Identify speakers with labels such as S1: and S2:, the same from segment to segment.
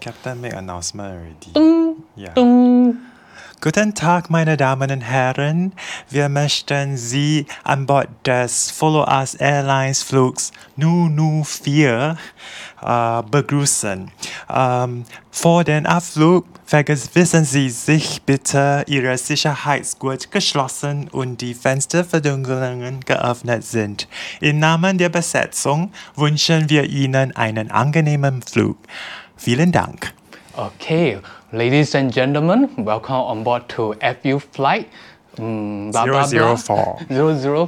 S1: Captain make announcement already.
S2: Dung,
S1: Yeah.
S2: dung.
S1: Guten Tag, meine Damen und Herren. Wir möchten Sie an Bord des Follow Us Airlines Flugs Nunu 4 äh, begrüßen. Ähm, vor dem Abflug vergewissen Sie sich bitte, Ihre Sicherheitsgurt geschlossen und die Fensterverdunkelungen geöffnet sind. Im Namen der Besetzung wünschen wir Ihnen einen angenehmen Flug. Vielen Dank.
S2: Okay, ladies and gentlemen, welcome on board to FU flight mm, blah, blah, blah.
S1: 004.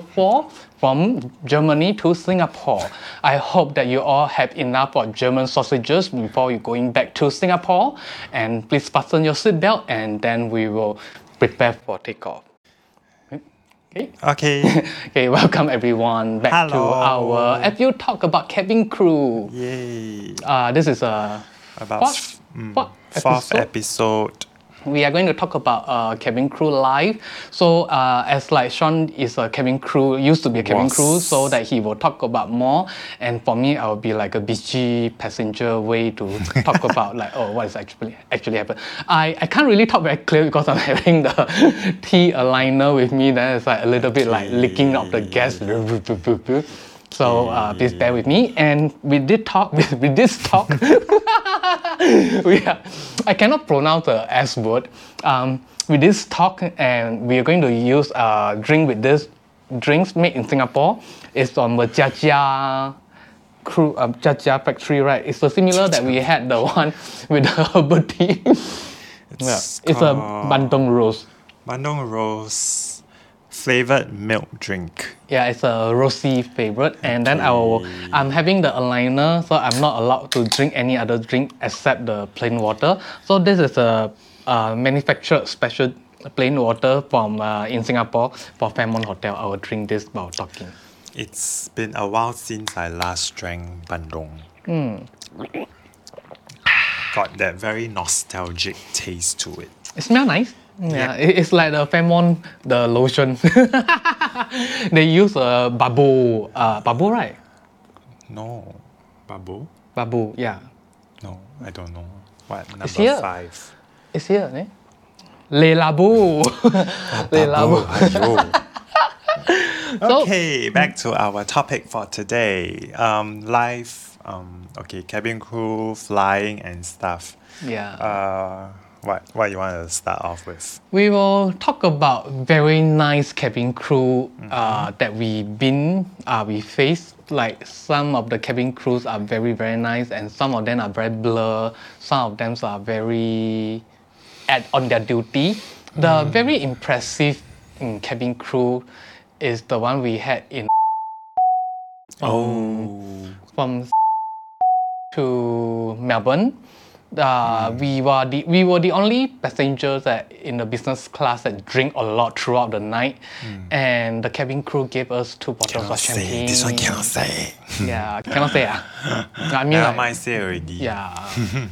S2: 004 from Germany to Singapore. I hope that you all have enough of German sausages before you going back to Singapore. And please fasten your seatbelt and then we will prepare for takeoff. Okay.
S1: Okay.
S2: Okay, welcome everyone back
S1: Hello.
S2: to our FU Talk About Cabin Crew.
S1: Yay.
S2: Uh, this is a
S1: About mm,
S2: fourth, fourth
S1: fourth
S2: episode.
S1: episode.
S2: we are going to talk about uh, cabin crew life. So uh, as like Sean is a cabin crew, used to be a cabin
S1: Was.
S2: crew, so that he will talk about more. And for me, I will be like a busy passenger way to talk about like oh what is actually actually happened. I, I can't really talk very clear because I'm having the tea aligner with me. Then it's like a little bit like leaking of the gas. So uh, please bear with me. And we did talk with, with this talk. we are, I cannot pronounce the S word. Um, with this talk, and we are going to use uh, drink with this drinks made in Singapore. It's from the Jia crew, uh, Jia factory, right? It's so similar that we had the one with the herbal tea. yeah,
S1: It's
S2: it's a
S1: called
S2: bandung rose.
S1: Bandung Rose flavored milk drink.
S2: Yeah, it's a rosy favorite, and then I will. I'm having the aligner, so I'm not allowed to drink any other drink except the plain water. So this is a uh, manufactured special plain water from uh, in Singapore for Fairmont Hotel. I will drink this while talking.
S1: It's been a while since I last drank Bandung. Got that very nostalgic taste to it.
S2: It smells nice. Yeah, it- it's like the Fairmont the lotion. they use a babu, uh, babu right?
S1: No. Babu?
S2: Babu, yeah.
S1: No, I don't know. What? Number
S2: here.
S1: five.
S2: It's here, eh? Le labu, le labu.
S1: Ayo.
S2: So-
S1: okay, back to our topic for today. Um, life, um, okay, cabin crew, flying and stuff.
S2: Yeah.
S1: Uh, what what you want to start off with?
S2: we will talk about very nice cabin crew uh, that we've been uh, we faced like some of the cabin crews are very very nice and some of them are very blur some of them are very at on their duty the very impressive mm, cabin crew is the one we had in
S1: Oh,
S2: from to Melbourne. Uh,
S1: Mm.
S2: we were the we were the only passengers that in the business class that drink a lot throughout the night, and the cabin crew gave us two bottles
S1: Mm. cannot
S2: of
S1: Oh, say.
S2: champagne.
S1: This one cannot say.
S2: Yeah, cannot say. ah. I mean,
S1: Never
S2: like-
S1: mind, say already.
S2: yeah,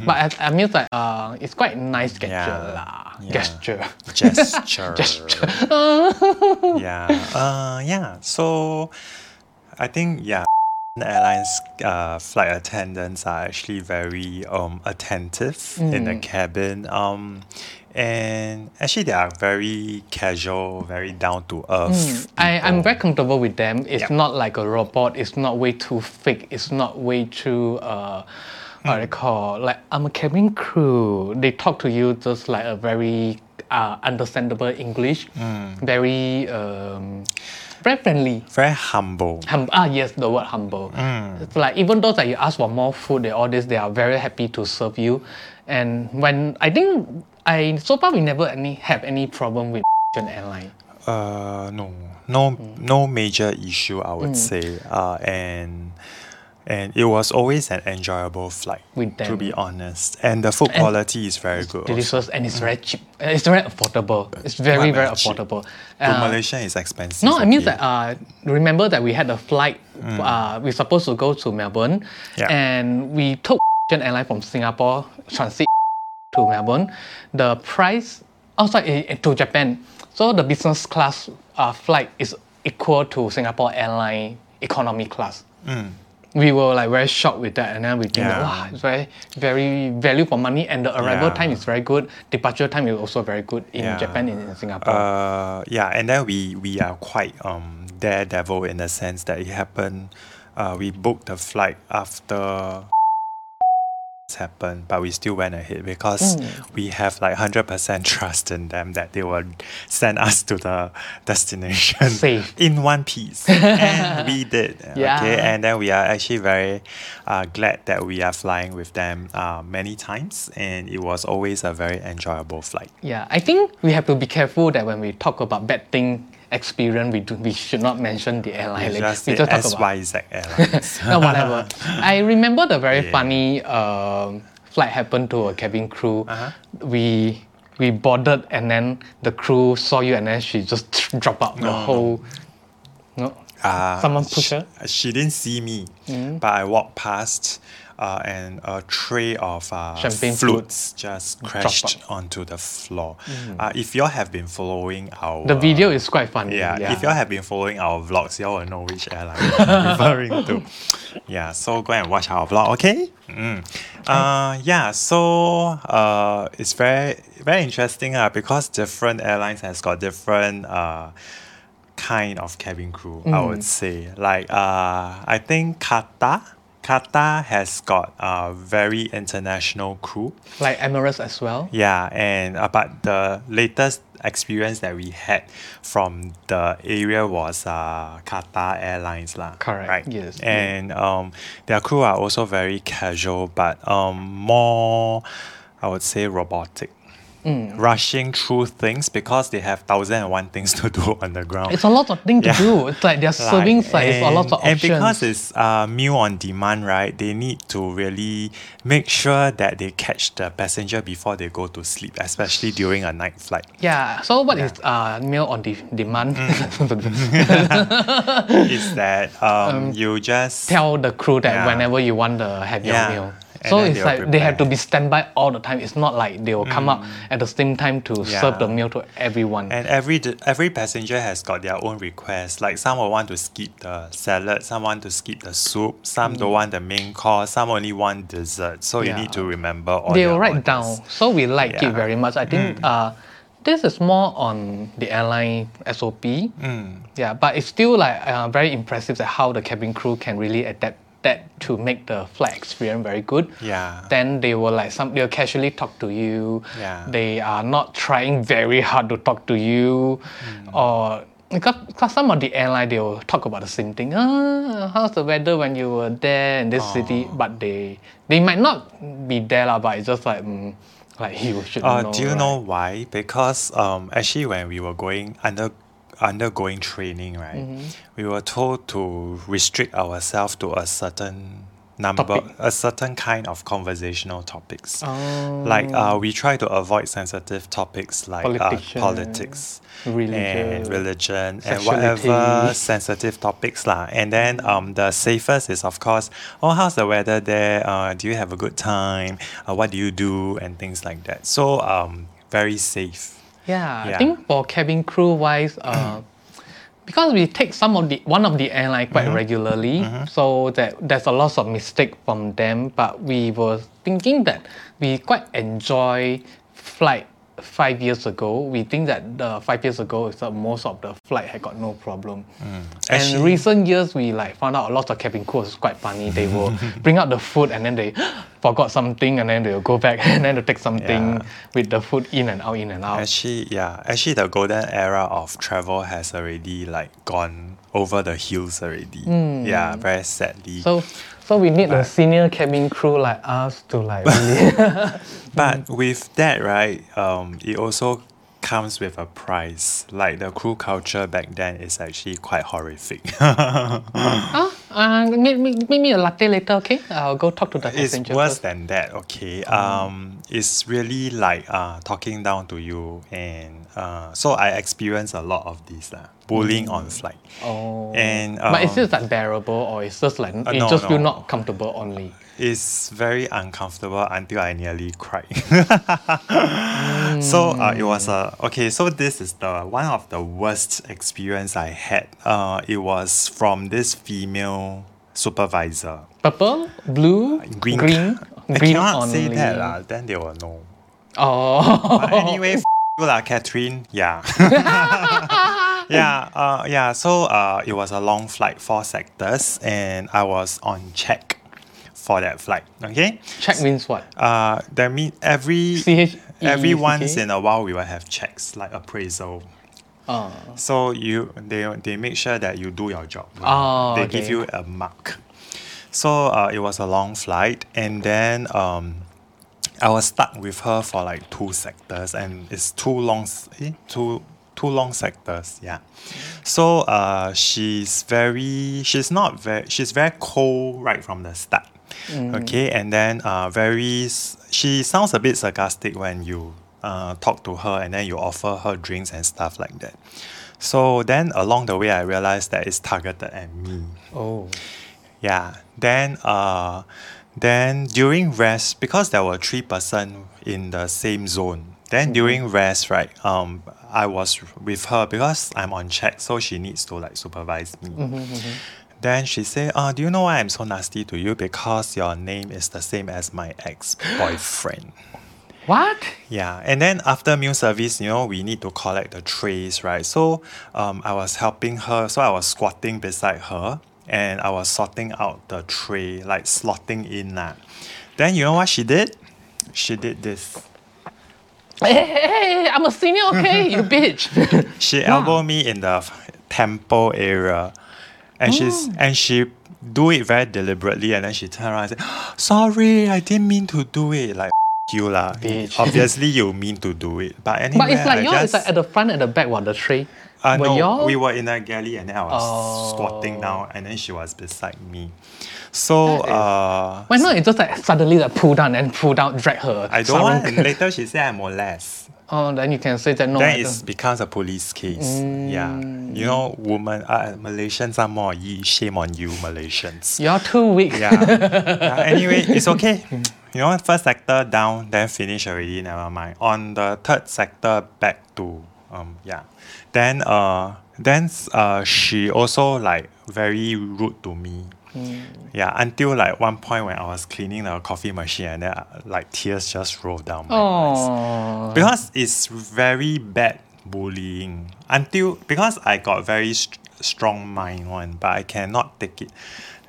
S2: but I, I mean, like, uh, it's quite nice gesture
S1: Yeah.
S2: lah.
S1: Yeah.
S2: Gesture.
S1: Gesture. yeah. Uh, yeah. So, I think yeah, airlines uh, flight attendants are actually very um attentive in the cabin. Um, and actually they are very casual, very down to earth.
S2: I, I'm very comfortable with them. It's
S1: Yep.
S2: not like a robot. It's not way too fake. It's not way too, uh, what they call, like I'm a cabin crew. They talk to you just like a very uh, understandable English, very, um, very friendly.
S1: Very humble.
S2: Hum- ah yes, the word humble. It's like even though that you ask for more food and all this, they are very happy to serve you. And when I think I so far we never any have any problem with airline.
S1: Uh, no, no, no major issue. I would
S2: Mm.
S1: say. Uh, and and it was always an enjoyable flight.
S2: With
S1: to
S2: them.
S1: be honest, and the food quality is very good. also.
S2: delicious and it's very cheap. Uh, It's very affordable. It's very
S1: What
S2: very
S1: about cheap?
S2: affordable.
S1: To
S2: Uh,
S1: Malaysia is expensive.
S2: no, I mean
S1: okay.
S2: that. Uh, remember that we had a flight. Uh, we are supposed to go to Melbourne,
S1: Mm. Yeah.
S2: and we took airline from Singapore transit to Melbourne. The price outside eh, eh, to Japan. So the business class uh, flight is equal to Singapore Airline economy class. we were like very shocked with that, and then we think,
S1: Mm. Yeah.
S2: wow, it's very very value for money, and the arrival
S1: Yeah.
S2: time is very good. Departure time is also very good in
S1: Yeah.
S2: Japan and in Singapore.
S1: Uh, yeah, and then we we are quite um daredevil in the sense that it happened. Uh, we booked the flight after happened, but we still went ahead because
S2: Mm.
S1: we have like hundred percent trust in them that they will send us to the destination
S2: Safe.
S1: in one piece, and we did.
S2: Yeah.
S1: Okay, and then we are actually very uh, glad that we are flying with them uh, many times, and it was always a very enjoyable flight.
S2: Yeah, I think we have to be careful that when we talk about bad thing experience, we do, we should not mention the airline.
S1: It's
S2: Like,
S1: just
S2: we
S1: the
S2: just talk about
S1: SYZ Airlines.
S2: no, whatever. I remember the very funny um, flight happened to a cabin crew.
S1: Uh-huh.
S2: We we boarded and then the crew saw you and then she just dropped out the whole. No.
S1: Ah,
S2: Someone push her.
S1: She,
S2: Mm.
S1: she didn't see me, but I walked past, uh, and a tray of uh,
S2: Champagne
S1: flutes just crashed onto the floor. Uh, if y'all have been following our
S2: Mm. The video is quite funny.
S1: uh, yeah, if y'all have been following our vlogs, y'all will know which airline I'm referring to. Yeah, so go and watch our vlog, okay? Mm. Uh, yeah, so uh, it's very very interesting uh, because different airlines has got different uh, kind of cabin crew, I would say. Like uh, I think Qatar, Qatar has got a very international crew.
S2: like Emirates as well.
S1: Yeah, and uh, but the latest experience that we had from the area was uh, Qatar Airlines lah.
S2: Correct,
S1: Right.
S2: yes, yeah.
S1: And um, their crew are also very casual, but um, more, I would say, robotic.
S2: Mm.
S1: Rushing through things because they have thousand and one things to do on the ground.
S2: It's a lot of thing to
S1: Yeah.
S2: do. It's like their serving side is a lot of
S1: And
S2: options.
S1: because it's uh, meal on demand, right? They need to really make sure that they catch the passenger before they go to sleep, especially during a night flight.
S2: yeah. So what is uh, meal on de- demand?
S1: Mm. Is that um, you just
S2: tell the crew that
S1: Yeah.
S2: whenever you want to have your
S1: Yeah.
S2: meal.
S1: And
S2: So
S1: then
S2: it's
S1: they will
S2: like they have to
S1: prepare. Mm.
S2: be standby all the time. It's not like they will come up at the same time to serve
S1: Yeah.
S2: the meal to everyone.
S1: and every d- every passenger has got their own request. Like some will want to skip the salad, some want to skip the soup, some don't want the main course, some only want dessert. So you
S2: Mm. Yeah.
S1: need to remember all.
S2: they
S1: their
S2: will write
S1: orders.
S2: down. So we like it
S1: Yeah. Mm.
S2: very much. I think uh, this is more on the airline SOP.
S1: Mm.
S2: Yeah, but it's still like uh, very impressive that how the cabin crew can really adapt that to make the flight experience very good.
S1: Yeah.
S2: Then they will like some they'll casually talk to you.
S1: Yeah.
S2: They are not trying very hard to talk to you,
S1: Hmm.
S2: or. Because, because some of the airline they will talk about the same thing. Ah, how's the weather when you were there in this
S1: Oh.
S2: city? But they they might not be there lah, but it's just like mm, like you should
S1: Uh,
S2: know.
S1: do you
S2: right?
S1: know why? Because um, actually, when we were going under undergoing training, right,
S2: Mm-hmm.
S1: we were told to restrict ourselves to a certain number,
S2: Topic.
S1: a certain kind of conversational topics.
S2: Oh.
S1: Like uh, we try to avoid sensitive topics like
S2: Politician,
S1: uh, politics, and
S2: religion,
S1: religion, and
S2: sexuality.
S1: whatever sensitive topics lah. And then um, the safest is of course, oh how's the weather there? Uh, do you have a good time? Uh, what do you do? And things like that. So um, very safe.
S2: Yeah, I
S1: Yeah.
S2: think for cabin crew wise, uh, because we take some of the one of the airline quite
S1: Mm-hmm.
S2: regularly, so that there's a lot of mistake from them. But we were thinking that we quite enjoy flight five years ago. We think that the five years ago is the most of the flight had got no problem.
S1: Mm. Actually-
S2: and recent years, we like found out a lot of cabin crew is quite funny. They will bring out the food and then they forgot something and then they'll go back and then they'll take something
S1: Yeah.
S2: with the food in and out, in and out.
S1: Actually, yeah. Actually, the golden era of travel has already like gone over the hills already. Yeah, very sadly.
S2: Hmm. So, so we need the senior cabin crew like us to like really.
S1: But
S2: hmm.
S1: with that, right, um, it also comes with a price. Like the crew culture back then is actually quite horrific.
S2: Ah, uh, make, make, make me a latte later, okay? I'll go talk to the
S1: it's
S2: passenger
S1: worse
S2: first. Mm.
S1: than that, okay? Um, it's really like uh, talking down to you. And uh, so I experienced a lot of this, lah, bullying on flight.
S2: Mm. Oh.
S1: And
S2: but it's
S1: um, Uh,
S2: just like bearable, or it's just like it
S1: no,
S2: just feel
S1: no.
S2: not comfortable only.
S1: It's very uncomfortable until I nearly cried. So uh, it
S2: Mm.
S1: was a okay. So this is the one of the worst experience I had. Uh, it was from this female supervisor.
S2: Purple, blue,
S1: Green.
S2: green,
S1: I
S2: green
S1: cannot
S2: only.
S1: say that, uh. lah. then they will know.
S2: Oh,
S1: But anyway, f- you lah, Catherine. Yeah. yeah, uh, yeah. So uh, it was a long flight, four sectors, and I was on check for that flight. Okay.
S2: check means what? E,
S1: Uh, that mean every
S2: CHECK?
S1: every once in a while we will have checks like appraisal.
S2: Oh.
S1: So you they they make sure that you do your job.
S2: Oh,
S1: they
S2: okay.
S1: give you a mark. So uh, it was a long flight, and then um, I was stuck with her for like two sectors, and it's two long, s- eh, two two long sectors. Yeah. So uh, she's very, she's not very, she's very cold right from the start. Okay, and then uh, very, s- she sounds a bit sarcastic when you uh, talk to her, and then you offer her drinks and stuff like that. So then along the way, I realized that it's targeted at me.
S2: Oh.
S1: Yeah. Then uh then during rest because there were three person in the same zone. Then during rest, right? Um I was with her because I'm on check, so she needs to like supervise me. Then she said, uh, do you know why I'm so nasty to you? Because your name is the same as my ex-boyfriend.
S2: What?
S1: Yeah, and then after meal service, you know, we need to collect the trays, right? So um, I was helping her, so I was squatting beside her and I was sorting out the tray, like slotting in that. Then you know what she did? She did this.
S2: Hey, hey, hey, hey, I'm a senior, okay? you bitch.
S1: She elbowed me in the f- temple area, and
S2: Oh.
S1: she's and she do it very deliberately, and then she turned around and said, "Ah, "Sorry, I didn't mean to do it." Like you lah.
S2: Bitch.
S1: Obviously, you mean to do it, but anyway,
S2: but it's like
S1: I
S2: yours is
S1: just-
S2: like at the front at the back what the tray.
S1: Uh,
S2: were
S1: no,
S2: y'all- Oh.
S1: we were in a galley and then I was squatting down and then she was beside me. So
S2: That is-
S1: uh,
S2: Why not? It just like suddenly like pull down and pull down, drag her.
S1: I don't want.
S2: sarung.
S1: later she said I molest.
S2: Oh, then you can say that no.
S1: Then
S2: I Mm.
S1: it becomes a police case. Yeah, you know, woman, uh, Malaysians are more. Ye, shame on you, Malaysians.
S2: don't- You're too weak.
S1: Yeah. Yeah, Anyway, it's okay. You know, first sector down, then finish already. Never mind. On the third sector, back to um yeah. Then uh then uh she also like very rude to me.
S2: Hmm.
S1: Yeah, until like one point when I was cleaning the coffee machine and then uh, like tears just rolled down my eyes
S2: Oh.
S1: because it's very bad bullying until because I got very st- strong mind one, but I cannot take it.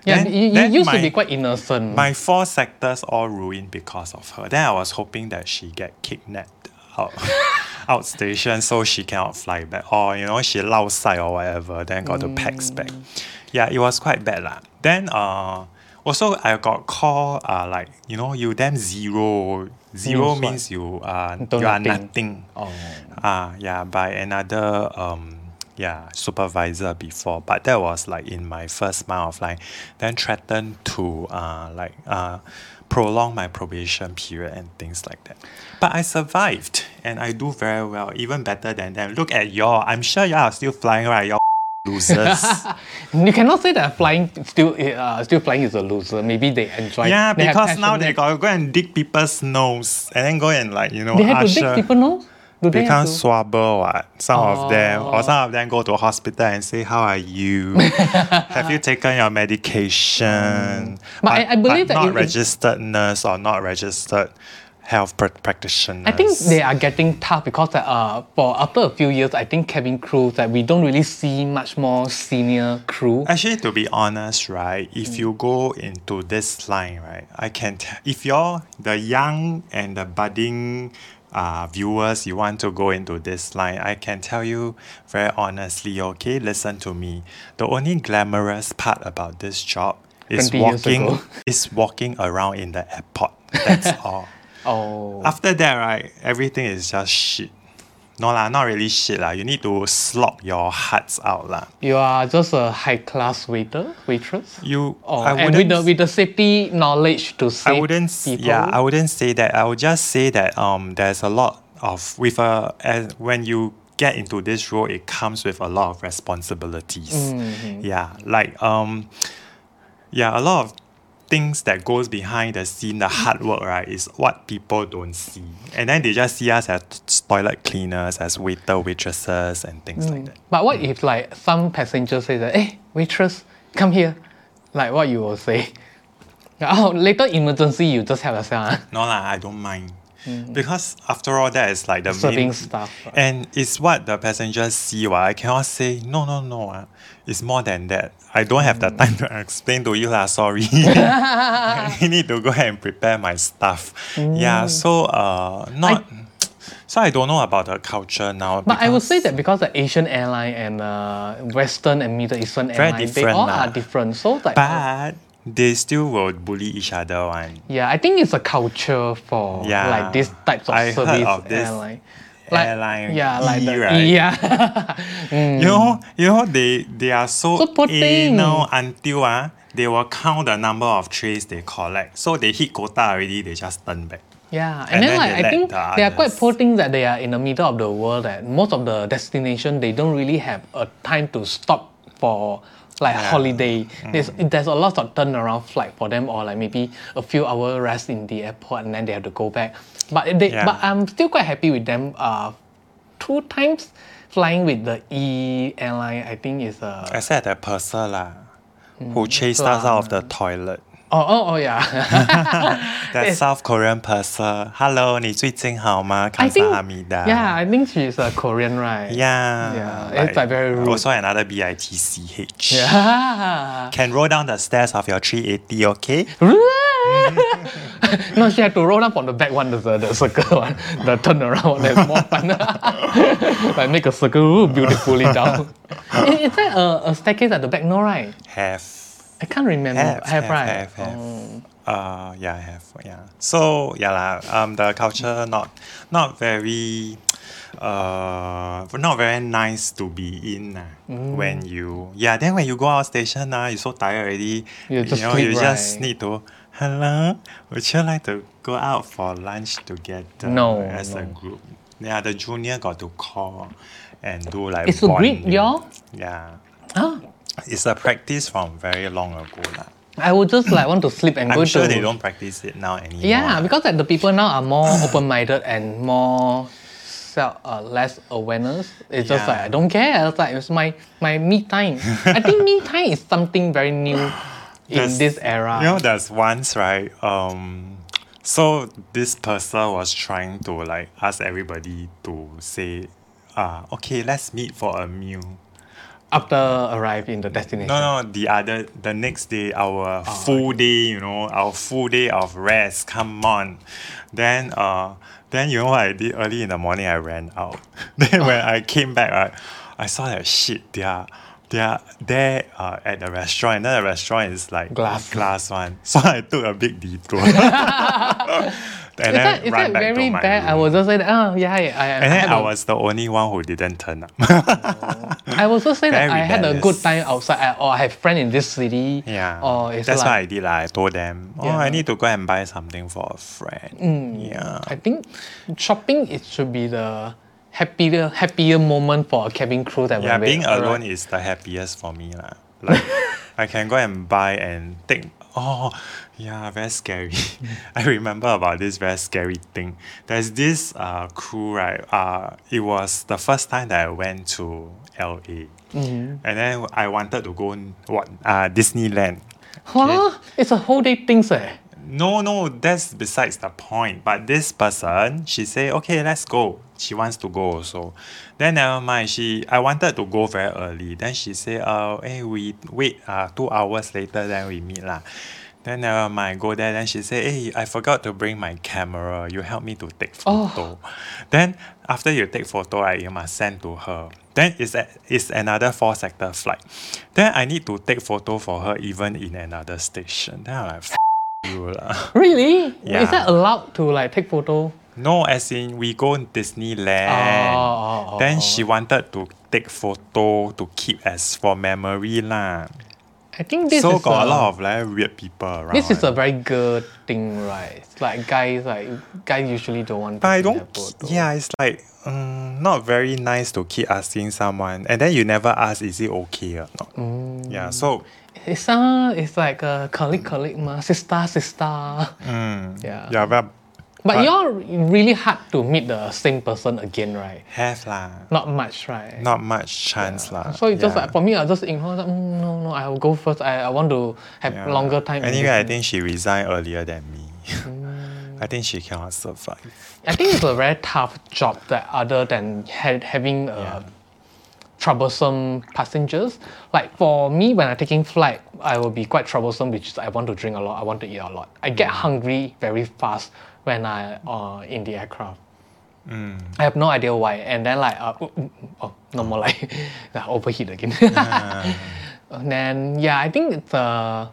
S2: Yeah,
S1: Then-
S2: you, you
S1: then
S2: used
S1: my,
S2: to be quite innocent.
S1: my four sectors all ruined because of her. Then I was hoping that she get kidnapped out outstation so she cannot fly back or you know she lao sai or whatever. Then got the packs
S2: Mm.
S1: back. Yeah, it was quite bad lah. Then uh. Also, I got called uh, like, you know, you damn zero. Zero
S2: Means what?
S1: means you are,
S2: Do
S1: you are
S2: nothing.
S1: nothing.
S2: oh.
S1: Ah, yeah, by another um yeah, supervisor before. But that was like in my first month of line. Then threatened to uh like uh prolong my probation period and things like that. But I survived and I do very well, even better than them. Look at y'all. I'm sure y'all are still flying right, y'all losers.
S2: You cannot say that flying still uh, still flying is a loser. Maybe they enjoy.
S1: yeah,
S2: they have
S1: because now
S2: passion.
S1: they gotta go and dig people's nose and then go and like, you know,
S2: They have to dig
S1: usher-
S2: people know. Do they
S1: become
S2: have to?
S1: swabber what? Some of them or some of them go to hospital and say, How are you? Have you taken your medication?
S2: Mm. But I- I believe that
S1: not
S2: it- it-
S1: registered nurse or not registered health pr- practitioner.
S2: I think they are getting tough because uh, for after a few years, I think cabin crew that we don't really see much more senior crew.
S1: Actually, to be honest, right, if
S2: Mm.
S1: you go into this line, right, I can t- if you're the young and the budding uh, viewers, you want to go into this line, I can tell you very honestly, okay, listen to me. The only glamorous part about this job is
S2: 20 years
S1: walking
S2: ago.
S1: is walking around in the airport. That's all.
S2: Oh,
S1: After that, right, everything is just shit. No lah, not really shit lah. You need to slog your hearts out lah.
S2: you are just a high class waiter, waitress.
S1: You,
S2: Oh,
S1: I
S2: and with
S1: wouldn't
S2: the with the safety knowledge to save
S1: I wouldn't. s-
S2: people.
S1: Yeah, I wouldn't say that. I would just say that um, there's a lot of with a as when you get into this role, it comes with a lot of responsibilities.
S2: Mm-hmm.
S1: Yeah, like um, yeah, a lot of things that goes behind the scene, the hard work, right, is what people don't see, and then they just see us as toilet cleaners, as waiter,
S2: Mm.
S1: waitresses, and things like that.
S2: But what if like some passenger says that, hey, waitress, "Eh, come here. like what you will say. Oh, later emergency, you just help yourself. ah.
S1: No lah, I don't mind. Because after all, that is like the
S2: Mm-hmm. Serving
S1: main,
S2: stuff. ah.
S1: and it's what the passengers see. Wah. I cannot say no, no, no. Ah, it's more than that. I don't have the time
S2: Mm.
S1: to explain to you lah. Sorry, I need to go ahead and prepare my stuff.
S2: Mm.
S1: Yeah, so uh, not. so I don't know about the culture now.
S2: But I would say
S1: because-
S2: that because the Asian airline and uh, Western and Middle Eastern
S1: Very
S2: airline, they
S1: different
S2: all
S1: lah.
S2: are different. So like,
S1: but they still will bully each other one.
S2: yeah, I think it's a culture for
S1: Yeah.
S2: like these types of
S1: I heard
S2: service
S1: of this
S2: airline.
S1: airline
S2: yeah,
S1: E,
S2: like the,
S1: right?
S2: yeah,
S1: You know, you know they they are so,
S2: Mm. So poor thing.
S1: anal until ah they will count the number of trays they collect. So they hit quota already, they just turn back.
S2: yeah. And,
S1: And
S2: then,
S1: then
S2: like
S1: they
S2: I
S1: let
S2: think
S1: the
S2: they are quite
S1: others-
S2: poor thing that they are in the middle of the world. That most of the destination they don't really have a time to stop for like
S1: Yeah. Mm.
S2: holiday. There's there's a lot of turnaround flight for them, or like maybe a few hour rest in the airport, and then they have to go back. But they
S1: Yeah.
S2: but I'm still quite happy with them. Uh, two times flying with the E airline, I think is uh,
S1: Except that person lah,
S2: Hmm,
S1: who chased us out of the toilet.
S2: Oh, oh, oh, yeah.
S1: That South Korean person. Hello, 你最近好吗？
S2: I think,
S1: 감사합니다.
S2: yeah, I think she's a Korean, right?
S1: Yeah.
S2: Yeah, it's like very rude.
S1: Also another BITCH.
S2: Yeah.
S1: Can roll down the stairs of your 380, okay?
S2: no, she had to roll up on the back one, the, the circle one, the turnaround one. That's more fun. like make a circle ooh, beautifully down. Is, is that a, a staircase at the back? No, right?
S1: Have.
S2: I can't remember.
S1: Have,
S2: Mm, have,
S1: have,
S2: right? Oh.
S1: have, have. Uh, yeah, I have. Yeah. So yeah, la, um, the culture not not very, uh, not very nice to be in. lah.
S2: Mm.
S1: When you yeah, then when you go out station, uh, you so tired already.
S2: You just
S1: know,
S2: sleep,
S1: you just
S2: right?
S1: need to hello. Would you like to go out for lunch together?
S2: No,
S1: as a
S2: no.
S1: group. Yeah, the junior got to call and do like.
S2: It's a group,
S1: bonding.
S2: y'all?
S1: Yeah,
S2: Ah,
S1: it's a practice from very long ago, lah.
S2: I would just like want to sleep and
S1: I'm
S2: go
S1: sure
S2: to
S1: they don't practice it now anymore.
S2: Yeah, because like, the people now are more open-minded and more self, uh, less awareness. It's just
S1: Yeah.
S2: like I don't care. It's like it's my my me time. I think me time is something very new in
S1: There's-
S2: this era.
S1: You know, there's once, right? Um, so this person was trying to like ask everybody to say, uh, okay, let's meet for a meal.
S2: After arrive in the destination.
S1: No, no, the other, the next day,
S2: Ah,
S1: our full day, you know, our full day of rest. Come on, then, uh, then you know what I did early in the morning? I ran out. then when I came back, right, I saw that shit. They are, they are there uh, at the restaurant. And then the restaurant is like
S2: Glass.
S1: glass one. So I took a big detour. and
S2: Is that, is that very bad? I will just say that, oh, yeah, I, I,
S1: and
S2: had
S1: then I
S2: a-
S1: was the only one who didn't turn up.
S2: I was just say that
S1: Very
S2: I had a
S1: rebellious.
S2: good time outside, I, or I have friend in this city.
S1: Yeah.
S2: Or Oh, it's
S1: That's
S2: like,
S1: what I did. Like, I told them, oh,
S2: Yeah. Mm.
S1: I need to go and buy something for a friend. Yeah.
S2: I think shopping it should be the happier happier moment for a cabin crew that
S1: Yeah,
S2: when we
S1: being
S2: arrive.
S1: alone is the happiest for me. lah. Like, I can go and buy and take. Oh, yeah, very scary. I remember about this very scary thing. There's this uh, crew, right? Uh, it was the first time that I went to LA.
S2: Mm-hmm.
S1: And then I wanted to go what uh, Disneyland.
S2: Huh? It's a whole day things eh.
S1: No, no, that's besides the point. But this person, she say, okay, let's go. She wants to go also. Then never mind. She, I wanted to go very early. Then she say, uh, hey, we wait. Uh, two hours later, then we meet lah. Then never mind. Go there. Then she say, hey, I forgot to bring my camera. You help me to take photo. Then after you take photo, right, you must send to her. Then it's, a, it's another four sector flight. Then I need to take photo for her even in another station. Then I'm like, F- you lah.
S2: Really?
S1: Yeah.
S2: Is that allowed to like take photo?
S1: No, as in we go Disneyland.
S2: Oh, oh, oh,
S1: then she wanted to take photo to keep as for memory lah.
S2: I think this
S1: so
S2: is
S1: got a, lot of like weird people around.
S2: this is
S1: one.
S2: a very good thing, right? It's Like guys, like guys usually don't want.
S1: But
S2: to
S1: I
S2: take
S1: don't.
S2: their photo.
S1: Yeah, it's like um, not very nice to keep asking someone, and then you never ask is it okay or not.
S2: Mm.
S1: Yeah, so
S2: It's uh, it's like a colleague, colleague, ma, sister, sister. Yeah.
S1: Mm. yeah, but
S2: But you're really hard to meet the same person again, right?
S1: Have lah.
S2: Not much, right?
S1: Not much chance lah.
S2: So it's just
S1: Yeah.
S2: like for me, I just ignore. Like, mm, no, no, I will go first. I, I want to have
S1: Yeah.
S2: longer time. in
S1: Anyway, I
S2: this-
S1: think she resigned earlier than me.
S2: Mm.
S1: I think she cannot survive.
S2: I think it's a very tough job that other than ha- having uh, troublesome passengers. Like for me, when I'm taking flight, I will be quite troublesome, which is I want to drink a lot, I want to eat a lot. I get hungry very fast when I uh, in the aircraft. I have no idea why, and then like uh, oh, oh, oh, no more like like overheat again. and then yeah, I think it's uh,